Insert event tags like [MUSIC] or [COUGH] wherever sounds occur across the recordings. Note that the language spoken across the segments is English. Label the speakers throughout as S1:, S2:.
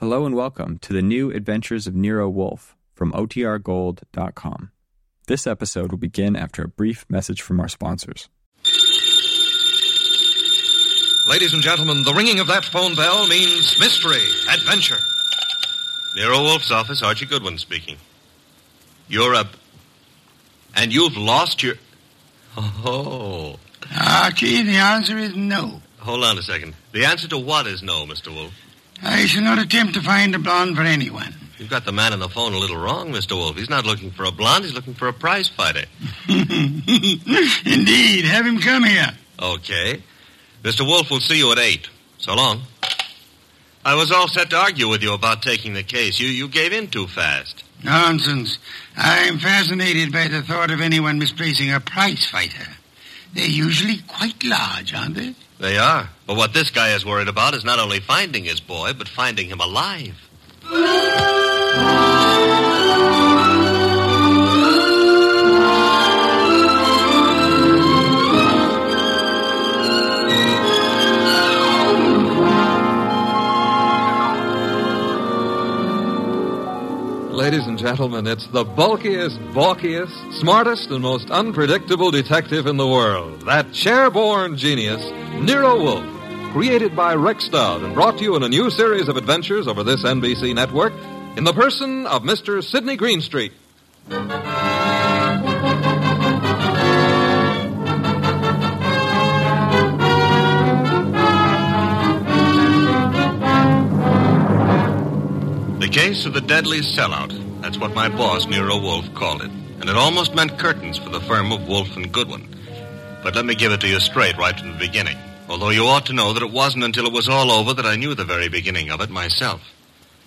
S1: Hello and welcome to the new adventures of Nero Wolf from OTRGold.com. This episode will begin after a brief message from our sponsors.
S2: Ladies and gentlemen, the ringing of that phone bell means mystery, adventure. Nero Wolf's office, Archie Goodwin speaking. You're up. And you've lost your. Oh.
S3: Archie, Ah, the answer is no.
S2: Hold on a second. The answer to what is no, Mr. Wolf?
S3: I shall not attempt to find a blonde for anyone. [LAUGHS]
S2: You've got the man on the phone a little wrong, Mr. Wolf. He's not looking for a blonde, he's looking for a prize fighter.
S3: Indeed, have him come here.
S2: Okay. Mr. Wolf will see you at 8. So long. I was all set to argue with you about taking the case. You, you gave in too fast.
S3: Nonsense. I'm fascinated by the thought of anyone misplacing a prize fighter. They're usually quite large, aren't they?
S2: They are. But what this guy is worried about is not only finding his boy, but finding him alive.
S4: Ladies and gentlemen, it's the bulkiest, balkiest, smartest, and most unpredictable detective in the world. That chairborn genius, Nero Wolf, created by Rex Stout and brought to you in a new series of adventures over this NBC network in the person of Mr. Sidney Greenstreet.
S2: The case of the deadly sellout. That's what my boss, Nero Wolf, called it. And it almost meant curtains for the firm of Wolf and Goodwin. But let me give it to you straight right from the beginning. Although you ought to know that it wasn't until it was all over that I knew the very beginning of it myself.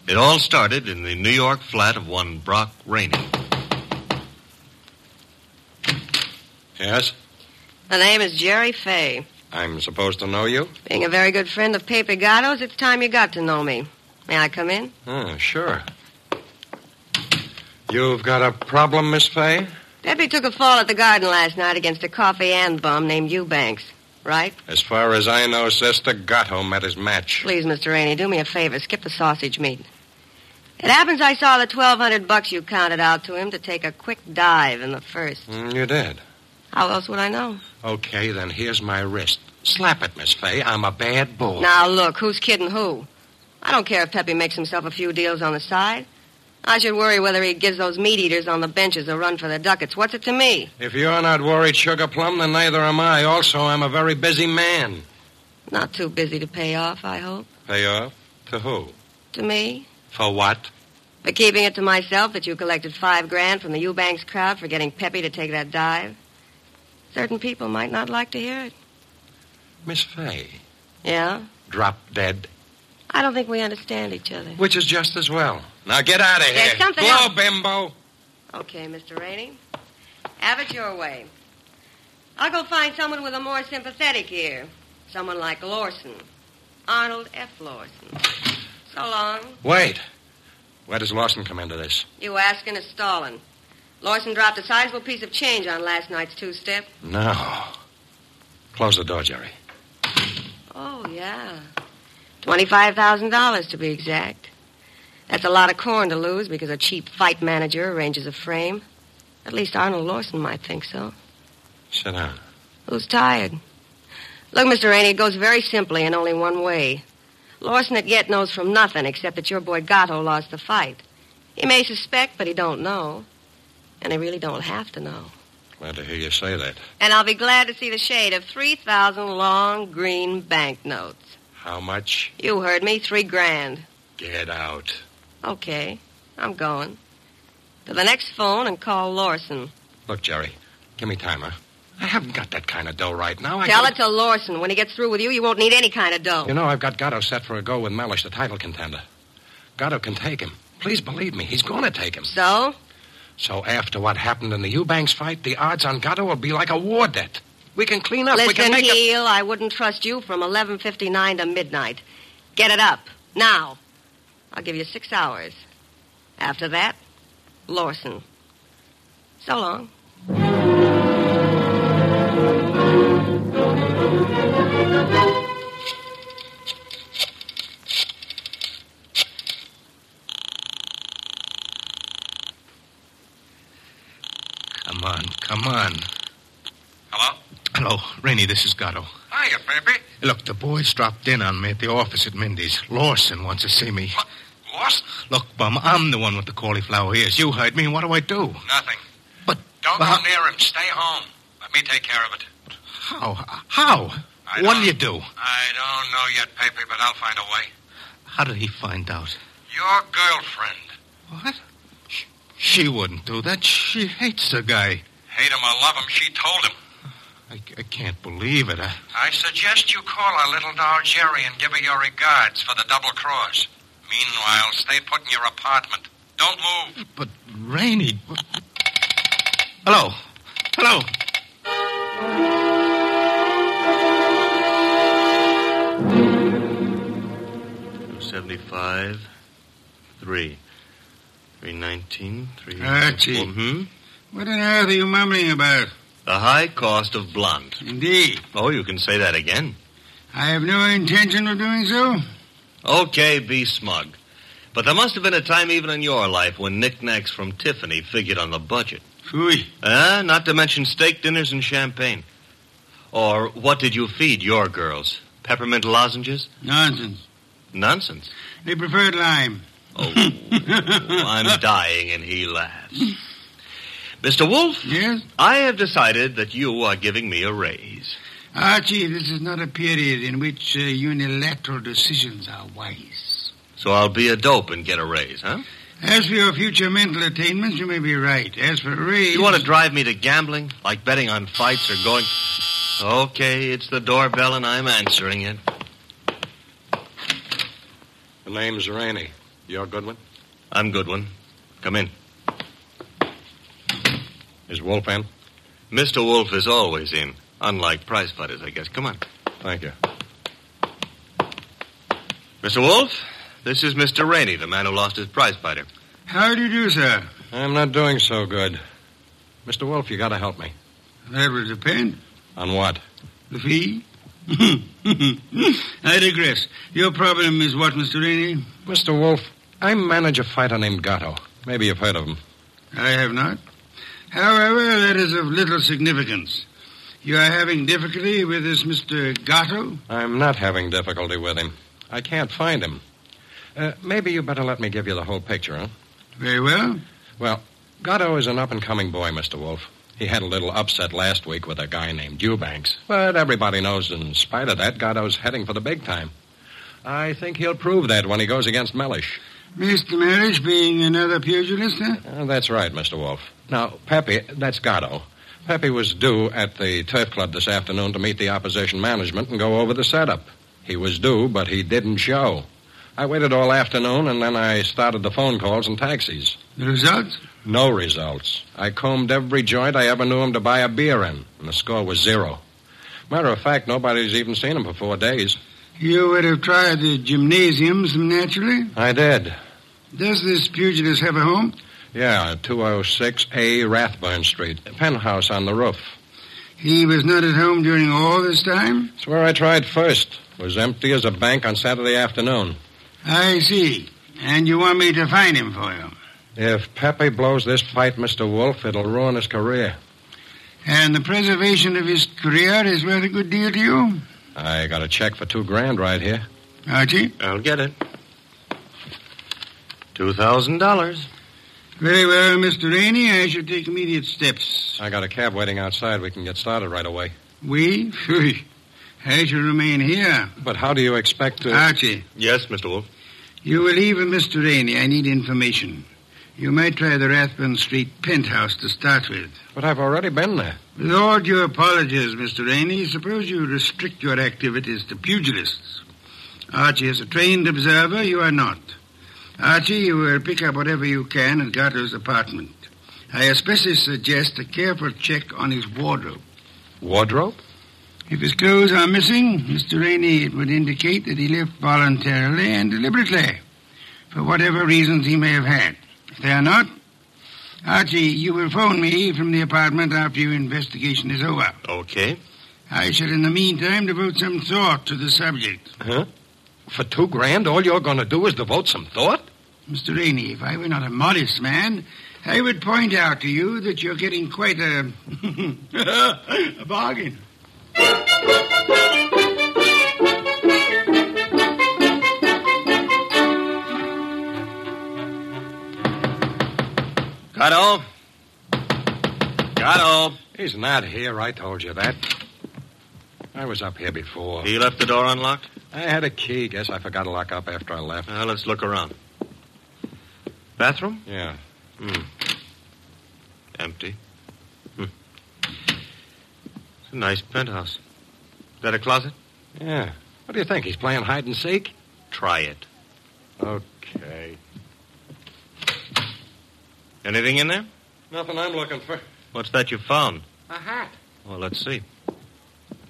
S2: It all started in the New York flat of one Brock Rainey.
S5: Yes?
S6: The name is Jerry Fay.
S5: I'm supposed to know you?
S6: Being a very good friend of Paper Gatto's, it's time you got to know me. May I come in?
S5: Ah, sure. You've got a problem, Miss Fay?
S6: Debbie took a fall at the garden last night against a coffee and bum named Eubanks. Right?
S5: As far as I know, Sister Gatto met his match.
S6: Please, Mr. Rainey, do me a favor. Skip the sausage meat. It happens I saw the twelve hundred bucks you counted out to him to take a quick dive in the first.
S5: Mm, you did.
S6: How else would I know?
S5: Okay, then here's my wrist. Slap it, Miss Fay. I'm a bad boy.
S6: Now look, who's kidding who? I don't care if Peppy makes himself a few deals on the side. I should worry whether he gives those meat eaters on the benches a run for their ducats. What's it to me?
S5: If you're not worried, Sugar Plum, then neither am I. Also, I'm a very busy man.
S6: Not too busy to pay off, I hope.
S5: Pay off? To who?
S6: To me?
S5: For what?
S6: For keeping it to myself that you collected five grand from the Eubanks crowd for getting Peppy to take that dive. Certain people might not like to hear it.
S5: Miss Fay,
S6: Yeah?
S5: drop dead.
S6: I don't think we understand each other.
S5: Which is just as well. Now get out of here.
S6: There's something
S5: Blow,
S6: else-
S5: bimbo.
S6: Okay, Mr. Rainey. Have it your way. I'll go find someone with a more sympathetic ear. Someone like Lawson. Arnold F. Lawson. So long.
S5: Wait. Where does Lawson come into this?
S6: You asking is stalling. Lawson dropped a sizable piece of change on last night's two-step.
S5: No. Close the door, Jerry.
S6: Oh, yeah. $25,000 to be exact. That's a lot of corn to lose because a cheap fight manager arranges a frame. At least Arnold Lawson might think so.
S5: Sit down.
S6: Who's tired? Look, Mr. Rainey, it goes very simply and only one way. Lawson at yet knows from nothing except that your boy Gatto lost the fight. He may suspect, but he don't know. And he really don't have to know.
S5: Glad to hear you say that.
S6: And I'll be glad to see the shade of 3,000 long green banknotes.
S5: How much?
S6: You heard me, three grand.
S5: Get out.
S6: Okay, I'm going. To the next phone and call Lawson.
S5: Look, Jerry, give me time, huh? I haven't got that kind of dough right now. I
S6: Tell
S5: got-
S6: it to Lawson. When he gets through with you, you won't need any kind of dough.
S5: You know, I've got Gatto set for a go with Mellish, the title contender. Gatto can take him. Please believe me, he's going to take him.
S6: So?
S5: So after what happened in the Eubanks fight, the odds on Gatto will be like a war debt. We can clean up. we
S6: Listen,
S5: can make it.
S6: Heel, I wouldn't trust you from 11.59 to midnight. Get it up. Now. I'll give you six hours. After that, Lawson. So long.
S5: on, come on.
S2: Hello?
S5: Hello, Rainey, this is Gatto.
S2: Hiya, baby.
S5: Look, the boys dropped in on me at the office at Mindy's. Lawson wants to see me.
S2: Lost?
S5: Look, Bum, I'm the one with the cauliflower ears. You heard me. What do I do?
S2: Nothing.
S5: But
S2: Don't
S5: Well,
S2: go near him. Stay home. Let me take care of it.
S5: how? How?
S2: I
S5: What'll
S2: don't-
S5: you do?
S2: I don't know yet, Papy, but I'll find a way.
S5: How did he find out?
S2: Your girlfriend.
S5: What? Sh- She wouldn't do that. She hates the guy.
S2: Hate him or love him, she told him.
S5: I, I can't believe it. Uh, I,
S2: I suggest you call our little doll Jerry and give her your regards for the double cross. Meanwhile, stay put in your apartment. Don't move.
S5: but Rainey. Hello. Hello.
S2: Seventy-five, three, three nineteen, three.
S3: Archie.
S2: Hmm?
S3: Ah, What on earth are you mumbling about?
S2: The high cost of blonde.
S3: Indeed.
S2: Oh, you can say that again.
S3: I have no intention of doing so.
S2: Okay, be smug. But there must have been a time even in your life when knickknacks from Tiffany figured on the budget.
S3: Phooey.
S2: Ah, not to mention steak dinners and champagne. Or what did you feed your girls? Peppermint lozenges?
S3: Nonsense.
S2: Nonsense.
S3: They preferred lime. [LAUGHS]
S2: Oh, I'm dying, and he laughs. Mr. Wolf,
S3: Yes?
S2: I have decided that you are giving me a raise.
S3: Archie, this is not a period in which uh, unilateral decisions are wise.
S2: So I'll be a dope and get a raise, huh?
S3: As for your future mental attainments, you may be right. As for raise...
S2: You want to drive me to gambling, like betting on fights or going. Okay, it's the doorbell, and I'm answering it.
S5: The name's Rainey. You're Goodwin?
S2: I'm Goodwin. Come in.
S5: Is Wolf in?
S2: Mr. Wolf is always in, unlike prize fighters, I guess. Come on.
S5: Thank you.
S2: Mr. Wolf, this is Mr. Rainey, the man who lost his prize fighter.
S3: How do you do, sir?
S5: I'm not doing so good. Mr. Wolf, you gotta help me.
S3: That would depend.
S5: On what?
S3: The fee? [LAUGHS] I digress. Your problem is what, Mr. Rainey?
S5: Mr. Wolf, I manage a fighter named Gatto. Maybe you've heard of him.
S3: I have not. However, that is of little significance. You are having difficulty with this Mr. Gatto?
S5: I'm not having difficulty with him. I can't find him. Uh, maybe you better let me give you the whole picture, huh?
S3: Very well.
S5: Gatto is an up and coming boy, Mr. Wolf. He had a little upset last week with a guy named Eubanks. But everybody knows, in spite of that, Gatto's heading for the big time. I think he'll prove that when he goes against Mellish.
S3: Mr. Marriage being another pugilist, huh?
S5: Uh, that's right, Mr. Wolf. Now, Peppy, that's Gatto. Peppy was due at the turf club this afternoon to meet the opposition management and go over the setup. He was due, but he didn't show. I waited all afternoon, and then I started the phone calls and taxis.
S3: The result?
S5: No results. I combed every joint I ever knew him to buy a beer in, and the score was zero. Matter of fact, nobody's even seen him for four days.
S3: You would have tried the gymnasiums, naturally.
S5: I did.
S3: Does this pugilist have a home?
S5: Yeah, 206A Rathburn Street, penthouse on the roof.
S3: He was not at home during all this time?
S5: It's where I tried first. Was empty as a bank on Saturday afternoon.
S3: I see. And you want me to find him for you.
S5: If Pepe blows this fight, Mr. Wolf, it'll ruin his career.
S3: And the preservation of his career is worth a good deal to you,
S5: I got a check for two grand right here.
S3: Archie?
S2: I'll get it. $2,000.
S3: Very well, Mr. Rainey. I shall take immediate steps.
S5: I got a cab waiting outside. We can get started right away.
S3: We? Phew. I shall remain here.
S5: But how do you expect to.
S2: Ah.
S3: Archie,
S2: Yes, Mr. Wolf.
S3: you will leave with Mr. Rainey. I need information. You might try the Rathbun Street penthouse to start with.
S5: But I've already been there.
S3: With all due apologies, Mr. Rainey, suppose you restrict your activities to pugilists. Archie is a trained observer. You are not. Archie, you will pick up whatever you can at Gatto's apartment. I especially suggest a careful check on his wardrobe.
S5: Wardrobe?
S3: If his clothes are missing, Mr. Rainey, it would indicate that he left voluntarily and deliberately, for whatever reasons he may have had. If they are not, Archie, you will phone me from the apartment after your investigation is over.
S2: Okay.
S3: I shall, in the meantime, devote some thought to the subject.
S5: For two grand, all you're going to do is devote some thought?
S3: Mr. Rainey, if I were not a modest man, I would point out to you that you're getting quite a, [LAUGHS] a bargain.
S2: Gatto? Gatto?
S5: He's not here. I told you that. I was up here before.
S2: He left the door unlocked?
S5: I had a key. Guess I forgot to lock up after I left.
S2: Well, let's look around. Bathroom?
S5: Yeah.
S2: Hmm. Empty. Hmm. It's a nice penthouse. Is that a closet?
S5: Yeah. What do you think? He's playing hide and seek?
S2: Try it.
S5: Okay.
S2: Anything in there?
S5: Nothing I'm looking for.
S2: What's that you found?
S5: A hat.
S2: Well, let's see.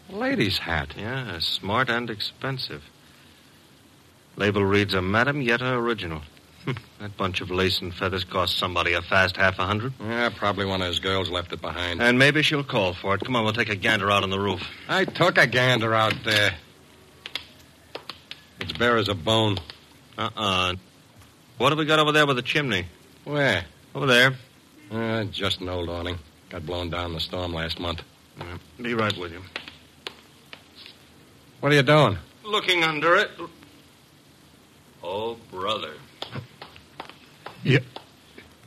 S5: Lady's hat.
S2: Yeah, smart and expensive. Label reads a Madam Yetta original. [LAUGHS] Hmm, that bunch of lace and feathers cost somebody a fast half a hundred.
S5: Yeah, probably one of his girls left it behind.
S2: And maybe she'll call for it. Come on, we'll take a gander out on the roof.
S5: I took a gander out there. It's bare as a bone.
S2: Uh-uh. What have we got over there with the chimney?
S5: Where?
S2: Over there.
S5: Uh, just an old awning. Got blown down in the storm last month.
S2: Be right with you.
S5: What are you doing?
S2: Looking under it. Oh, brother.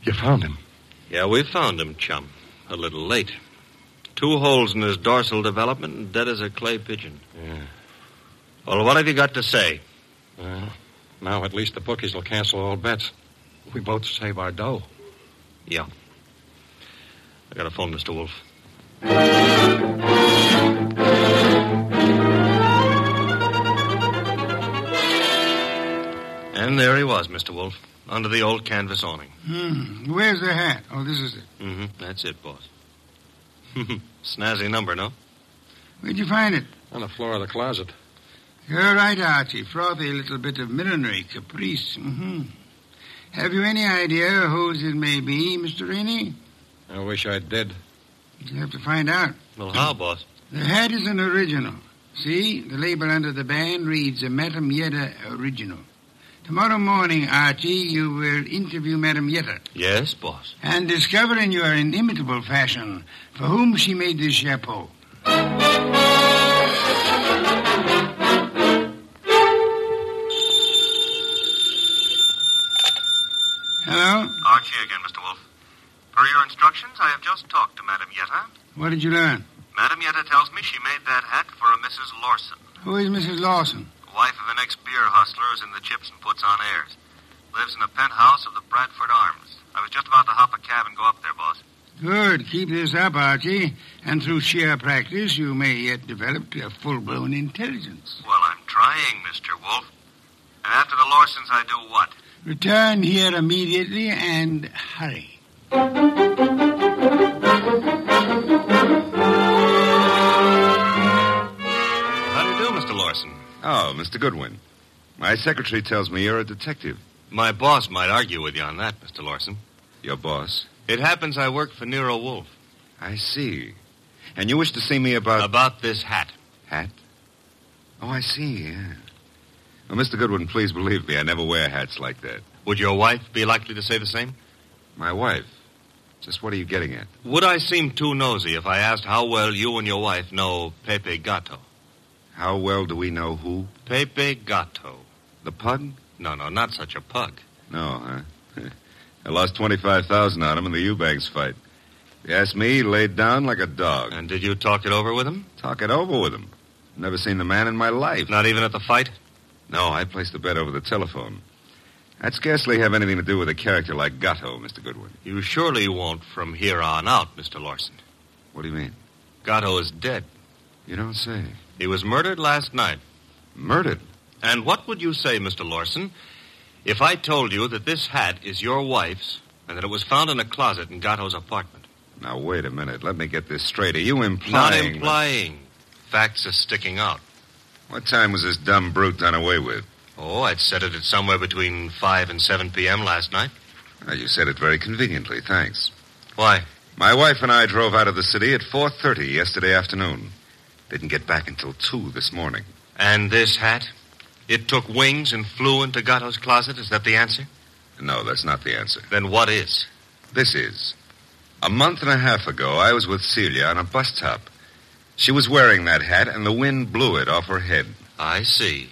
S5: You found him.
S2: Yeah, we found him, chum. A little late. Two holes in his dorsal development and dead as a clay pigeon.
S5: Yeah.
S2: Well, what have you got to say?
S5: Well, now at least the bookies will cancel all bets. We both save our dough.
S2: I got to phone Mr. Wolf. And there he was, Mr. Wolf, under the old canvas awning.
S3: Hmm. Where's the hat? Oh, this is it.
S2: Mm-hmm. That's it, boss. [LAUGHS] Snazzy number, no?
S3: Where'd you find it?
S5: On the floor of the closet.
S3: You're right, Archie. Frothy little bit of millinery, caprice. hmm Have you any idea whose it may be, Mr. Rainey?
S5: I wish I did.
S3: You'll have to find out.
S2: Well, how, boss?
S3: The hat is an original. See, the label under the band reads a Madam Yetta original. Tomorrow morning, Archie, you will interview Madam Yetta
S2: Yes, boss.
S3: and discover in your inimitable fashion for whom she made this chapeau. Hello?
S2: Archie again, Mr. Wolf. Per your instructions, I have just talked to Madam Yetta.
S3: What did you learn?
S2: Madam Yetta tells me she made that hat for a Mrs. Lawson.
S3: Who is Mrs. Lawson?
S2: wife of an ex-beer hustler who's in the chips and puts on airs. Lives in a penthouse of the Bradford Arms. I was just about to hop a cab and go up there, boss.
S3: Good. Keep this up, Archie, and through sheer practice, you may yet develop to a full-blown intelligence.
S2: Well, I'm trying, Mr. Wolf. And after the Larsons, I do what?
S3: Return here immediately and hurry.
S2: How do you do, Mr. Larson?
S7: Oh, Mr. Goodwin. My secretary tells me you're a detective.
S2: My boss might argue with you on that, Mr. Larson.
S7: Your boss.
S2: It happens I work for Nero Wolf.
S7: I see. And you wish to see me about.
S2: About this hat.
S7: hat? Oh, I see, yeah. Well, Mr. Goodwin, please believe me, I never wear hats like that.
S2: Would your wife be likely to say the same?
S7: My wife. Just what are you getting at?
S2: Would I seem too nosy if I asked how well you and your wife know Pepe Gatto?
S7: How well do we know who?
S2: Pepe Gatto.
S7: The pug?
S2: No, no, not such a pug.
S7: No, huh? I lost 25000 on him in the Eubanks fight. If you ask me, he laid down like a dog.
S2: And did you talk it over with him?
S7: Talk it over with him. Never seen the man in my life.
S2: Not even at the fight?
S7: No, I placed the bet over the telephone. I'd scarcely have anything to do with a character like Gatto, Mr. Goodwin.
S2: You surely won't from here on out, Mr. Larson.
S7: What do you mean?
S2: Gatto is dead.
S7: You don't say.
S2: He was murdered last night.
S7: Murdered?
S2: And what would you say, Mr. Larson, if I told you that this hat is your wife's and that it was found in a closet in Gatto's apartment?
S7: Now, wait a minute. Let me get this straight. Are you
S2: Not
S7: implying...
S2: implying. Facts are sticking out.
S7: What time was this dumb brute done away with?
S2: Oh, I'd said it at somewhere between 5 and 7 p.m. last night.
S7: Now, you said it very conveniently. Thanks.
S2: Why?
S7: My wife and I drove out of the city at 4.30 yesterday afternoon. Didn't get back until 2 this morning.
S2: And this hat? It took wings and flew into Gatto's closet? Is that the answer?
S7: No, that's not the answer.
S2: Then what is?
S7: This is. A month and a half ago, I was with Celia on a bus stop. She was wearing that hat, and the wind blew it off her head.
S2: I see.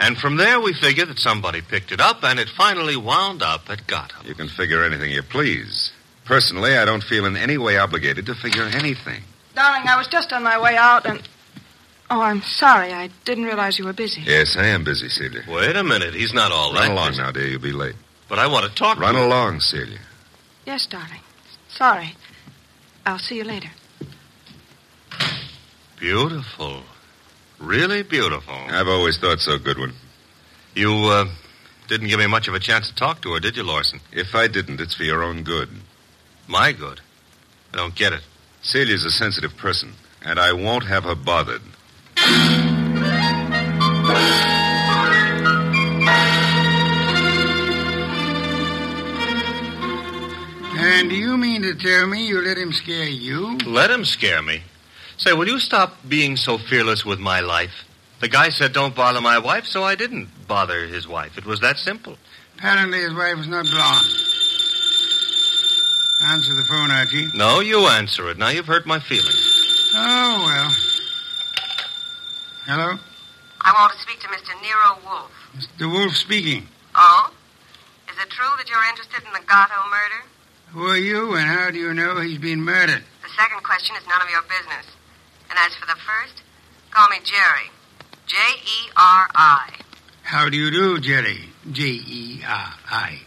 S2: And from there, we figure that somebody picked it up, and it finally wound up at Gotham.
S7: You can figure anything you please. Personally, I don't feel in any way obligated to figure anything.
S8: Darling, I was just on my way out and. Oh, I'm sorry. I didn't realize you were busy.
S7: Yes, I am busy, Celia.
S2: Wait a minute. He's not all
S7: Run
S2: that
S7: along
S2: busy.
S7: now, dear. You'll be late.
S2: But I want to talk
S7: Run
S2: to you.
S7: along, Celia.
S8: Yes, darling. Sorry. I'll see you later.
S2: Beautiful. Really beautiful.
S7: I've always thought so, Goodwin.
S2: You, uh, didn't give me much of a chance to talk to her, did you, Lawson?
S7: If I didn't, it's for your own good.
S2: My good. I don't get it.
S7: Celia's a sensitive person, and I won't have her bothered.
S3: And do you mean to tell me you let him scare you?
S2: Let him scare me. Say, will you stop being so fearless with my life? The guy said don't bother my wife, so I didn't bother his wife. It was that simple.
S3: Apparently his wife was not blonde. Answer the phone, Archie.
S2: No, you answer it. Now you've hurt my feelings.
S3: Oh, well. Hello?
S9: I want to speak to Mr. Nero Wolf.
S3: Mr. Wolf speaking.
S9: Oh? Is it true that you're interested in the Gatto murder?
S3: Who are you, and how do you know he's been murdered?
S9: The second question is none of your business. And as for the first, call me Jerry. J E R I.
S3: How do you do, Jerry? J E R I.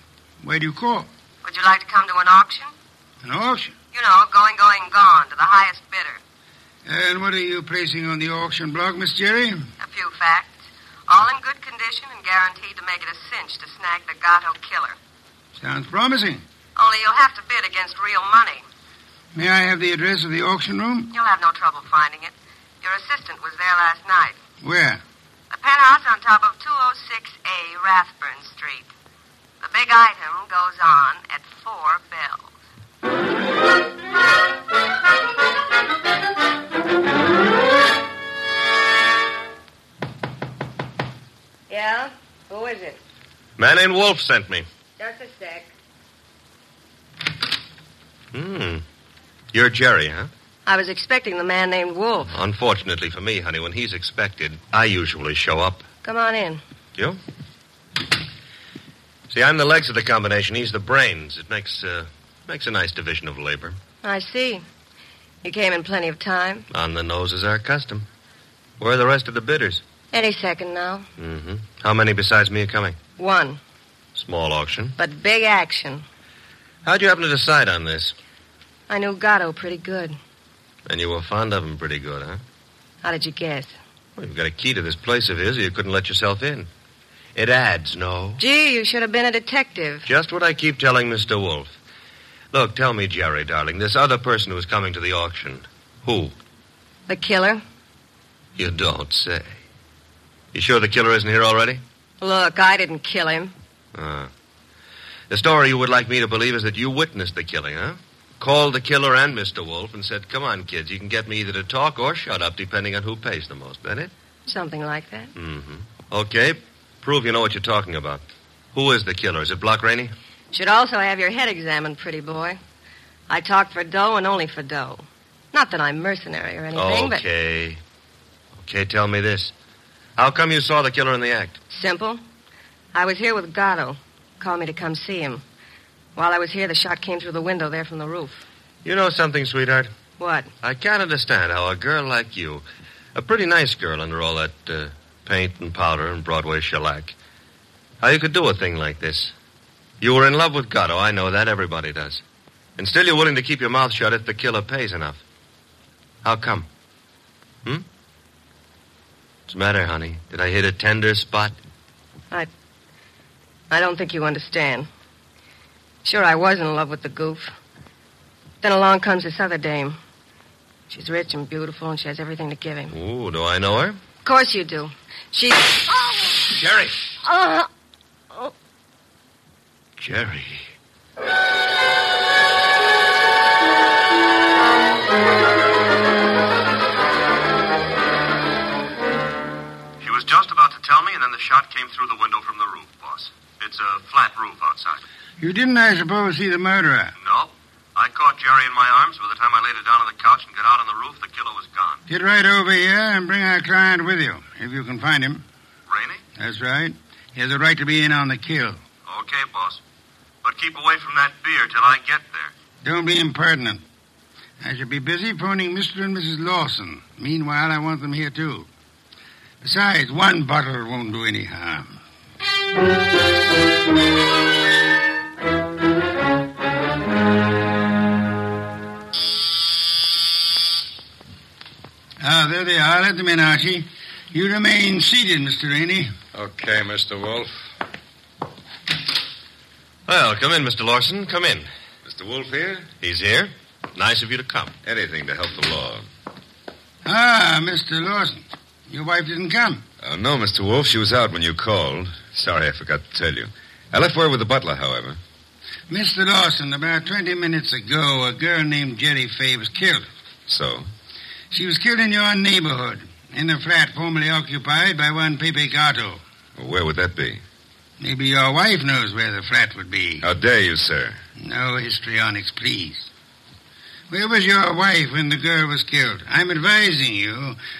S3: Where do you call?
S9: Would you like to come to an auction?
S3: An auction.
S9: You know, going, going, gone to the highest bidder.
S3: And what are you placing on the auction block, Miss Jerry?
S9: A few facts. All in good condition and guaranteed to make it a cinch to snag the Gatto killer.
S3: Sounds promising.
S9: Only you'll have to bid against real money.
S3: May I have the address of the auction room?
S9: You'll have no trouble finding it. Your assistant was there last night.
S3: Where?
S9: The penthouse on top of 206A Rathburn Street. The big item goes on at four bells.
S6: Yeah? Who is it?
S2: Man named Wolf sent me.
S6: Just a sec.
S2: Hmm. You're Jerry, huh?
S6: I was expecting the man named Wolf.
S2: Unfortunately for me, honey, when he's expected, I usually show up.
S6: Come on in.
S2: You? See, I'm the legs of the combination. He's the brains. It makes uh, makes a nice division of labor.
S6: I see. You came in plenty of time.
S2: On the nose is our custom. Where are the rest of the bidders?
S6: Any second now.
S2: Mm-hmm. How many besides me are coming?
S6: One.
S2: Small auction.
S6: But big action.
S2: How'd you happen to decide on this?
S6: I knew Gatto pretty good.
S2: And you were fond of him pretty good, huh?
S6: How did you guess?
S2: Well, you've got a key to this place of his, or you couldn't let yourself in. It adds, no?
S6: Gee, you should have been a detective.
S2: Just what I keep telling Mr. Wolf. Look, tell me, Jerry, darling, this other person who's coming to the auction. Who?
S6: The killer?
S2: You don't say. You sure the killer isn't here already?
S6: Look, I didn't kill him.
S2: Ah. The story you would like me to believe is that you witnessed the killing, huh? Called the killer and Mr. Wolf and said, Come on, kids, you can get me either to talk or shut up, depending on who pays the most. That it?
S6: Something like that.
S2: Mm-hmm. Okay. Prove you know what you're talking about. Who is the killer? Is it Block Rainey?
S6: Should also have your head examined, pretty boy. I talked for dough and only for dough. Not that I'm mercenary or anything, but
S2: okay. Okay, tell me this. How come you saw the killer in the act?
S6: simple. I was here with Gatto. Called me to come see him. While I was here, the shot came through the window there from the roof.
S2: You know something, sweetheart?
S6: What?
S2: I can't understand how a girl like you, a pretty nice girl under all that uh, paint and powder and Broadway shellac, how you could do a thing like this. You were in love with Gatto. I know that. Everybody does. And still you're willing to keep your mouth shut if the killer pays enough. How come? Hmm? What's the matter, honey? Did I hit a tender spot?
S6: I don't think you understand. Sure, I was in love with the goof. Then along comes this other dame. She's rich and beautiful, and she has everything to give him.
S2: Ooh, do I know her?
S6: Of course you do. She.
S2: Jerry!
S6: Oh,
S2: Jerry.
S10: She was just about to tell me, and then the shot came through the window from the roof, boss. It's a flat roof outside.
S3: You didn't, I suppose, see the murderer.
S2: No. I caught Jerry in my arms. By the time I laid her down on the couch and got out on the roof, the killer was gone.
S3: Get right over here and bring our client with you, if you can find him.
S2: Rainey?
S3: That's right. He has a right to be in on the kill.
S2: Okay, boss. But keep away from that beer till I get there.
S3: Don't be impertinent. I shall be busy phoning Mr. and Mrs. Lawson. Meanwhile, I want them here, too. Besides, one bottle won't do any harm. Ah, there they are. Let them in, Archie. You remain seated, Mr. Rainey.
S5: Okay, Mr. Wolf.
S11: Well, come in, Mr. Lawson. Come in.
S4: Mr. Wolf here?
S11: He's here. Nice of you to come.
S4: Anything to help the law.
S3: Ah, Mr. Lawson. Your wife didn't come.
S4: Uh, no, Mr. Wolf. She was out when you called. Sorry, I forgot to tell you. I left word with the butler, however.
S3: Mr. Lawson, about 20 minutes ago, a girl named Jerry Fay was killed.
S4: So?
S3: She was killed in your neighborhood, in a flat formerly occupied by one Pepe Gato.
S4: Well, where would that be?
S3: Maybe your wife knows where the flat would be.
S4: How dare you, sir?
S3: No histrionics, please. Where was your wife when the girl was killed? I'm advising you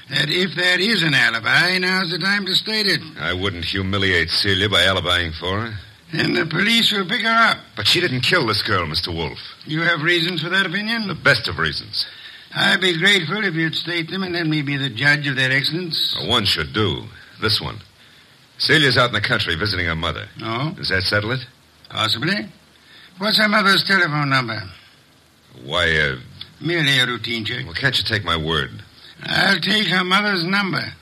S3: that if that is an alibi, now's the time to state it.
S4: I wouldn't humiliate Celia by alibying for her.
S3: Then the police will pick her up.
S4: But she didn't kill this girl, Mr. Wolf.
S3: You have reasons for that opinion?
S4: The best of reasons.
S3: I'd be grateful if you'd state them and let me be the judge of their excellence.
S4: One should do. This one. Celia's out in the country visiting her mother.
S3: No.
S4: Does that settle it?
S3: Oh? Possibly. What's her mother's telephone number?
S4: Why, uh...
S3: Merely a routine check.
S4: Well, can't you take my word?
S3: I'll take her mother's number.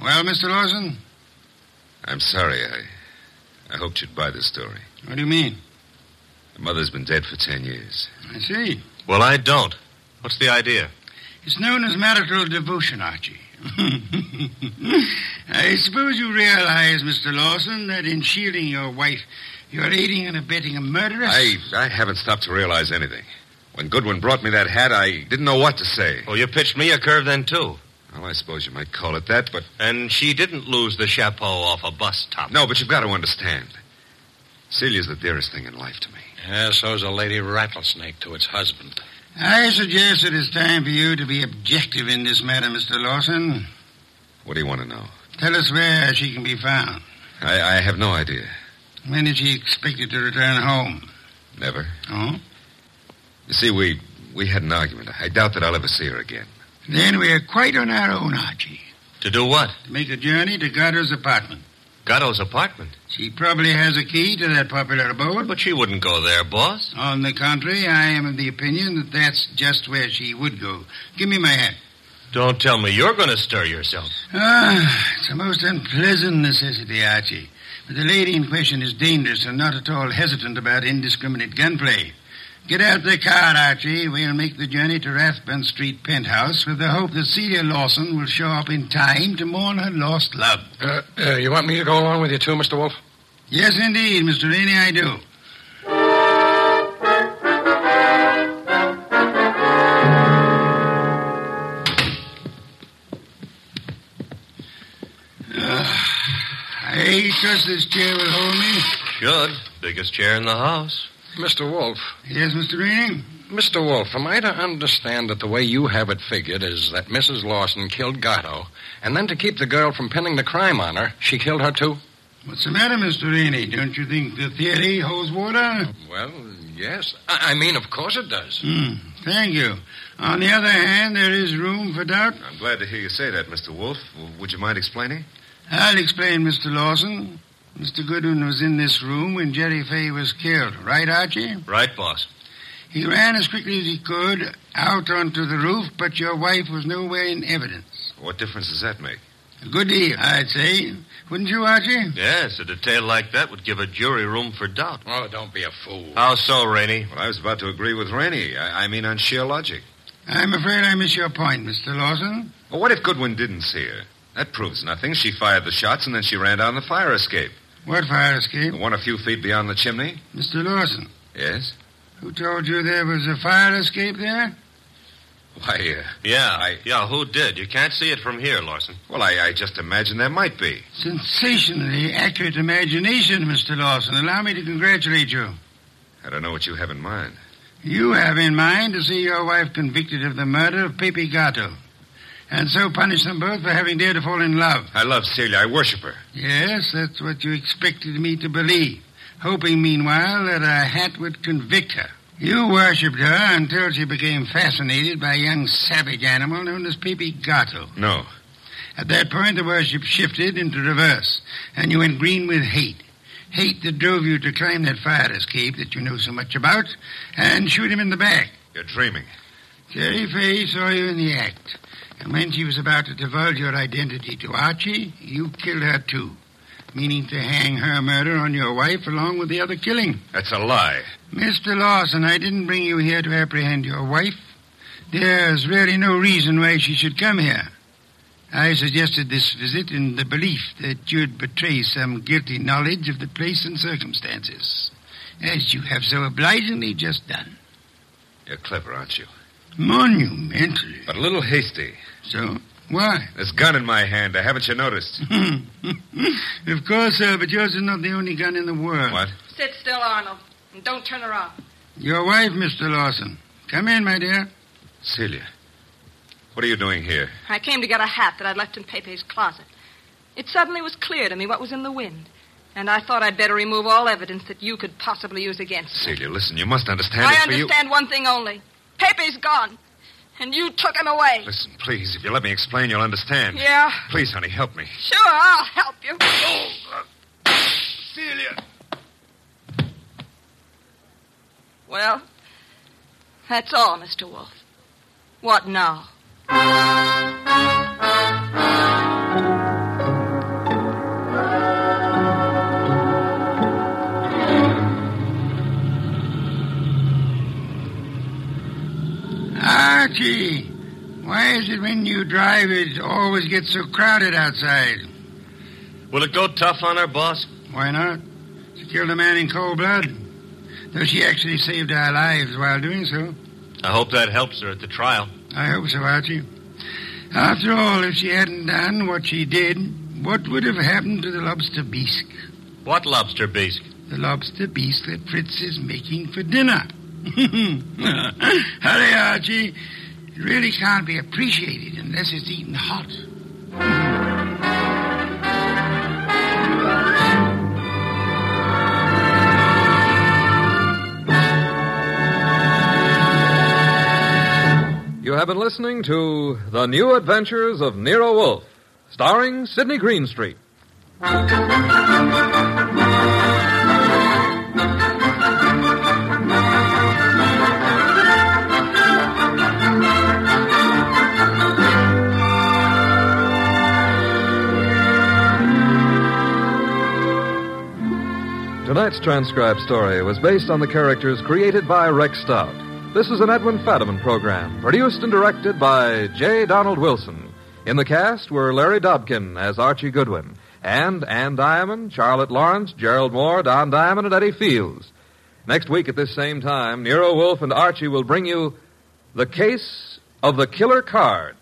S3: Well, Mr. Lawson?
S4: I'm sorry. I, I hoped you'd buy this story.
S3: What do you mean?
S4: The mother's been dead for ten years.
S3: I see.
S11: Well, I don't. What's the idea?
S3: It's known as marital devotion, Archie. [LAUGHS] I suppose you realize, Mr. Lawson, that in shielding your wife, you're aiding and abetting a murderess.
S4: I, I haven't stopped to realize anything. When Goodwin brought me that hat, I didn't know what to say.
S11: Oh, you pitched me a curve then, too.
S4: Well, I suppose you might call it that, but.
S11: And she didn't lose the chapeau off a bus top.
S4: No, but you've got to understand. Celia's the dearest thing in life to me.
S5: Yeah, so's a lady rattlesnake to its husband.
S3: I suggest it is time for you to be objective in this matter, Mr. Lawson.
S4: What do you want to know?
S3: Tell us where she can be found.
S4: I, I have no idea.
S3: When is she expected to return home?
S4: Never.
S3: Oh?
S4: You see, we we had an argument. I doubt that I'll ever see her again.
S3: Then we are quite on our own, Archie.
S11: To do what?
S3: To make a journey to Gatto's apartment.
S11: Gatto's apartment?
S3: She probably has a key to that popular abode.
S11: But she wouldn't go there, boss.
S3: On the contrary, I am of the opinion that that's just where she would go. Give me my hat.
S11: Don't tell me you're going to stir yourself.
S3: Ah, it's a most unpleasant necessity, Archie. But the lady in question is dangerous and not at all hesitant about indiscriminate gunplay. Get out the car, Archie. We'll make the journey to Rathbun Street penthouse with the hope that Celia Lawson will show up in time to mourn her lost love.
S5: Uh, uh, you want me to go along with you, too, Mr. Wolf?
S3: Yes, indeed, Mr. Rainey, I do. Uh, I trust this chair will hold me.
S11: Should. Biggest chair in the house.
S5: Mr. Wolf.
S3: Yes, Mr. Rainey?
S5: Mr. Wolf, am I to understand that the way you have it figured is that Mrs. Lawson killed Gatto, and then to keep the girl from pinning the crime on her, she killed her too?
S3: What's the matter, Mr. Rainey? Don't you think the theory holds water?
S5: Well, yes. I, I mean, of course it does.
S3: Mm, thank you. On the other hand, there is room for doubt.
S4: I'm glad to hear you say that, Mr. Wolf. Would you mind explaining?
S3: I'll explain, Mr. Lawson. Mr. Goodwin was in this room when Jerry Fay was killed. Right, Archie?
S11: Right, boss.
S3: He ran as quickly as he could out onto the roof, but your wife was nowhere in evidence.
S4: What difference does that make?
S3: A good deal, I'd say. Wouldn't you, Archie?
S11: Yes, a detail like that would give a jury room for doubt.
S5: Oh, don't be a fool.
S11: How so, Rainey?
S4: Well, I was about to agree with Rainey. I, I mean, on sheer logic.
S3: I'm afraid I miss your point, Mr. Lawson.
S4: Well, what if Goodwin didn't see her? That proves nothing. She fired the shots, and then she ran down the fire escape.
S3: What fire escape?
S4: The one a few feet beyond the chimney.
S3: Mr. Lawson.
S4: Yes?
S3: Who told you there was a fire escape there?
S4: Why, uh,
S11: Yeah, I... yeah, who did? You can't see it from here, Lawson.
S4: Well, I, I just imagined there might be.
S3: Sensationally accurate imagination, Mr. Lawson. Allow me to congratulate you.
S7: I don't know what you have in mind.
S3: You have in mind to see your wife convicted of the murder of Pepe Gatto, and so punish them both for having dared to fall in love.
S7: I love Celia. I worship her.
S3: Yes, that's what you expected me to believe, hoping meanwhile that a hat would convict her. You worshipped her until she became fascinated by a young savage animal known as Pepe Gatto.
S7: No.
S3: At that point, the worship shifted into reverse, and you went green with hate. Hate that drove you to climb that fire escape that you know so much about and shoot him in the back.
S7: You're dreaming.
S3: Jerry Fay saw you in the act, and when she was about to divulge your identity to Archie, you killed her too, meaning to hang her murder on your wife along with the other killing.
S7: That's a lie.
S3: Mr. Lawson, I didn't bring you here to apprehend your wife. There's really no reason why she should come here. I suggested this visit in the belief that you'd betray some guilty knowledge of the place and circumstances, as you have so obligingly just done.
S7: You're clever, aren't you?
S3: Monumentally.
S7: But a little hasty.
S3: So? Why? [LAUGHS]
S7: This gun in my hand, uh, haven't you noticed?
S3: Of course, sir, but yours is not the only gun in the world.
S7: What?
S8: Sit still, Arnold, and don't turn around.
S3: Your wife, Mr. Lawson. Come in, my dear.
S7: Celia, what are you doing here?
S8: I came to get a hat that I'd left in Pepe's closet. It suddenly was clear to me what was in the wind, and I thought I'd better remove all evidence that you could possibly use against me.
S7: Celia, listen, you must understand
S8: I
S7: it's
S8: understand one thing only. Pepe's gone, and you took him away.
S7: for you. Listen, please, if you let me explain, you'll understand.
S8: Yeah,
S7: Please, honey, help me.
S8: sure, I'll help you.
S7: Celia!
S8: Well, that's all, Mr. Wolf. What now?
S3: Archie, why is it when you drive it always gets so crowded outside?
S2: Will it go tough on her, boss?
S3: Why not? She killed a man in cold blood, though she actually saved our lives while doing so.
S2: I hope that helps her at the trial.
S3: I hope so, Archie. After all, if she hadn't done what she did, what would have happened to the lobster beast?
S2: What lobster beast?
S3: The lobster beast that Fritz is making for dinner. [LAUGHS] Hurry, Archie. It really can't be appreciated unless it's eaten hot.
S4: You have been listening to The New Adventures of Nero Wolf, starring Sidney Greenstreet. Tonight's transcribed story was based on the characters created by Rex Stout. This is an Edwin Fadiman program, produced and directed by J. Donald Wilson. In the cast were Larry Dobkin as Archie Goodwin, and Ann Diamond, Charlotte Lawrence, Gerald Moore, Don Diamond, and Eddie Fields. Next week at this same time, Nero Wolf and Archie will bring you The Case of the Killer Card.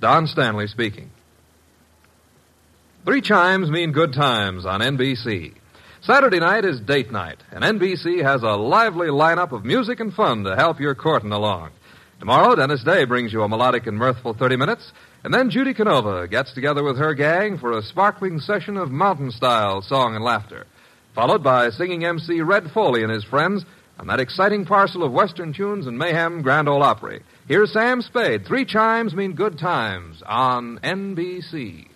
S4: Don Stanley speaking. Three chimes mean good times on NBC. Saturday night is date night, and NBC has a lively lineup of music and fun to help your courting along. Tomorrow, Dennis Day brings you a melodic and mirthful 30 minutes, and then Judy Canova gets together with her gang for a sparkling session of mountain style song and laughter, followed by singing MC Red Foley and his friends on that exciting parcel of Western tunes and mayhem Grand Ole Opry. Here's Sam Spade. Three chimes mean good times on NBC.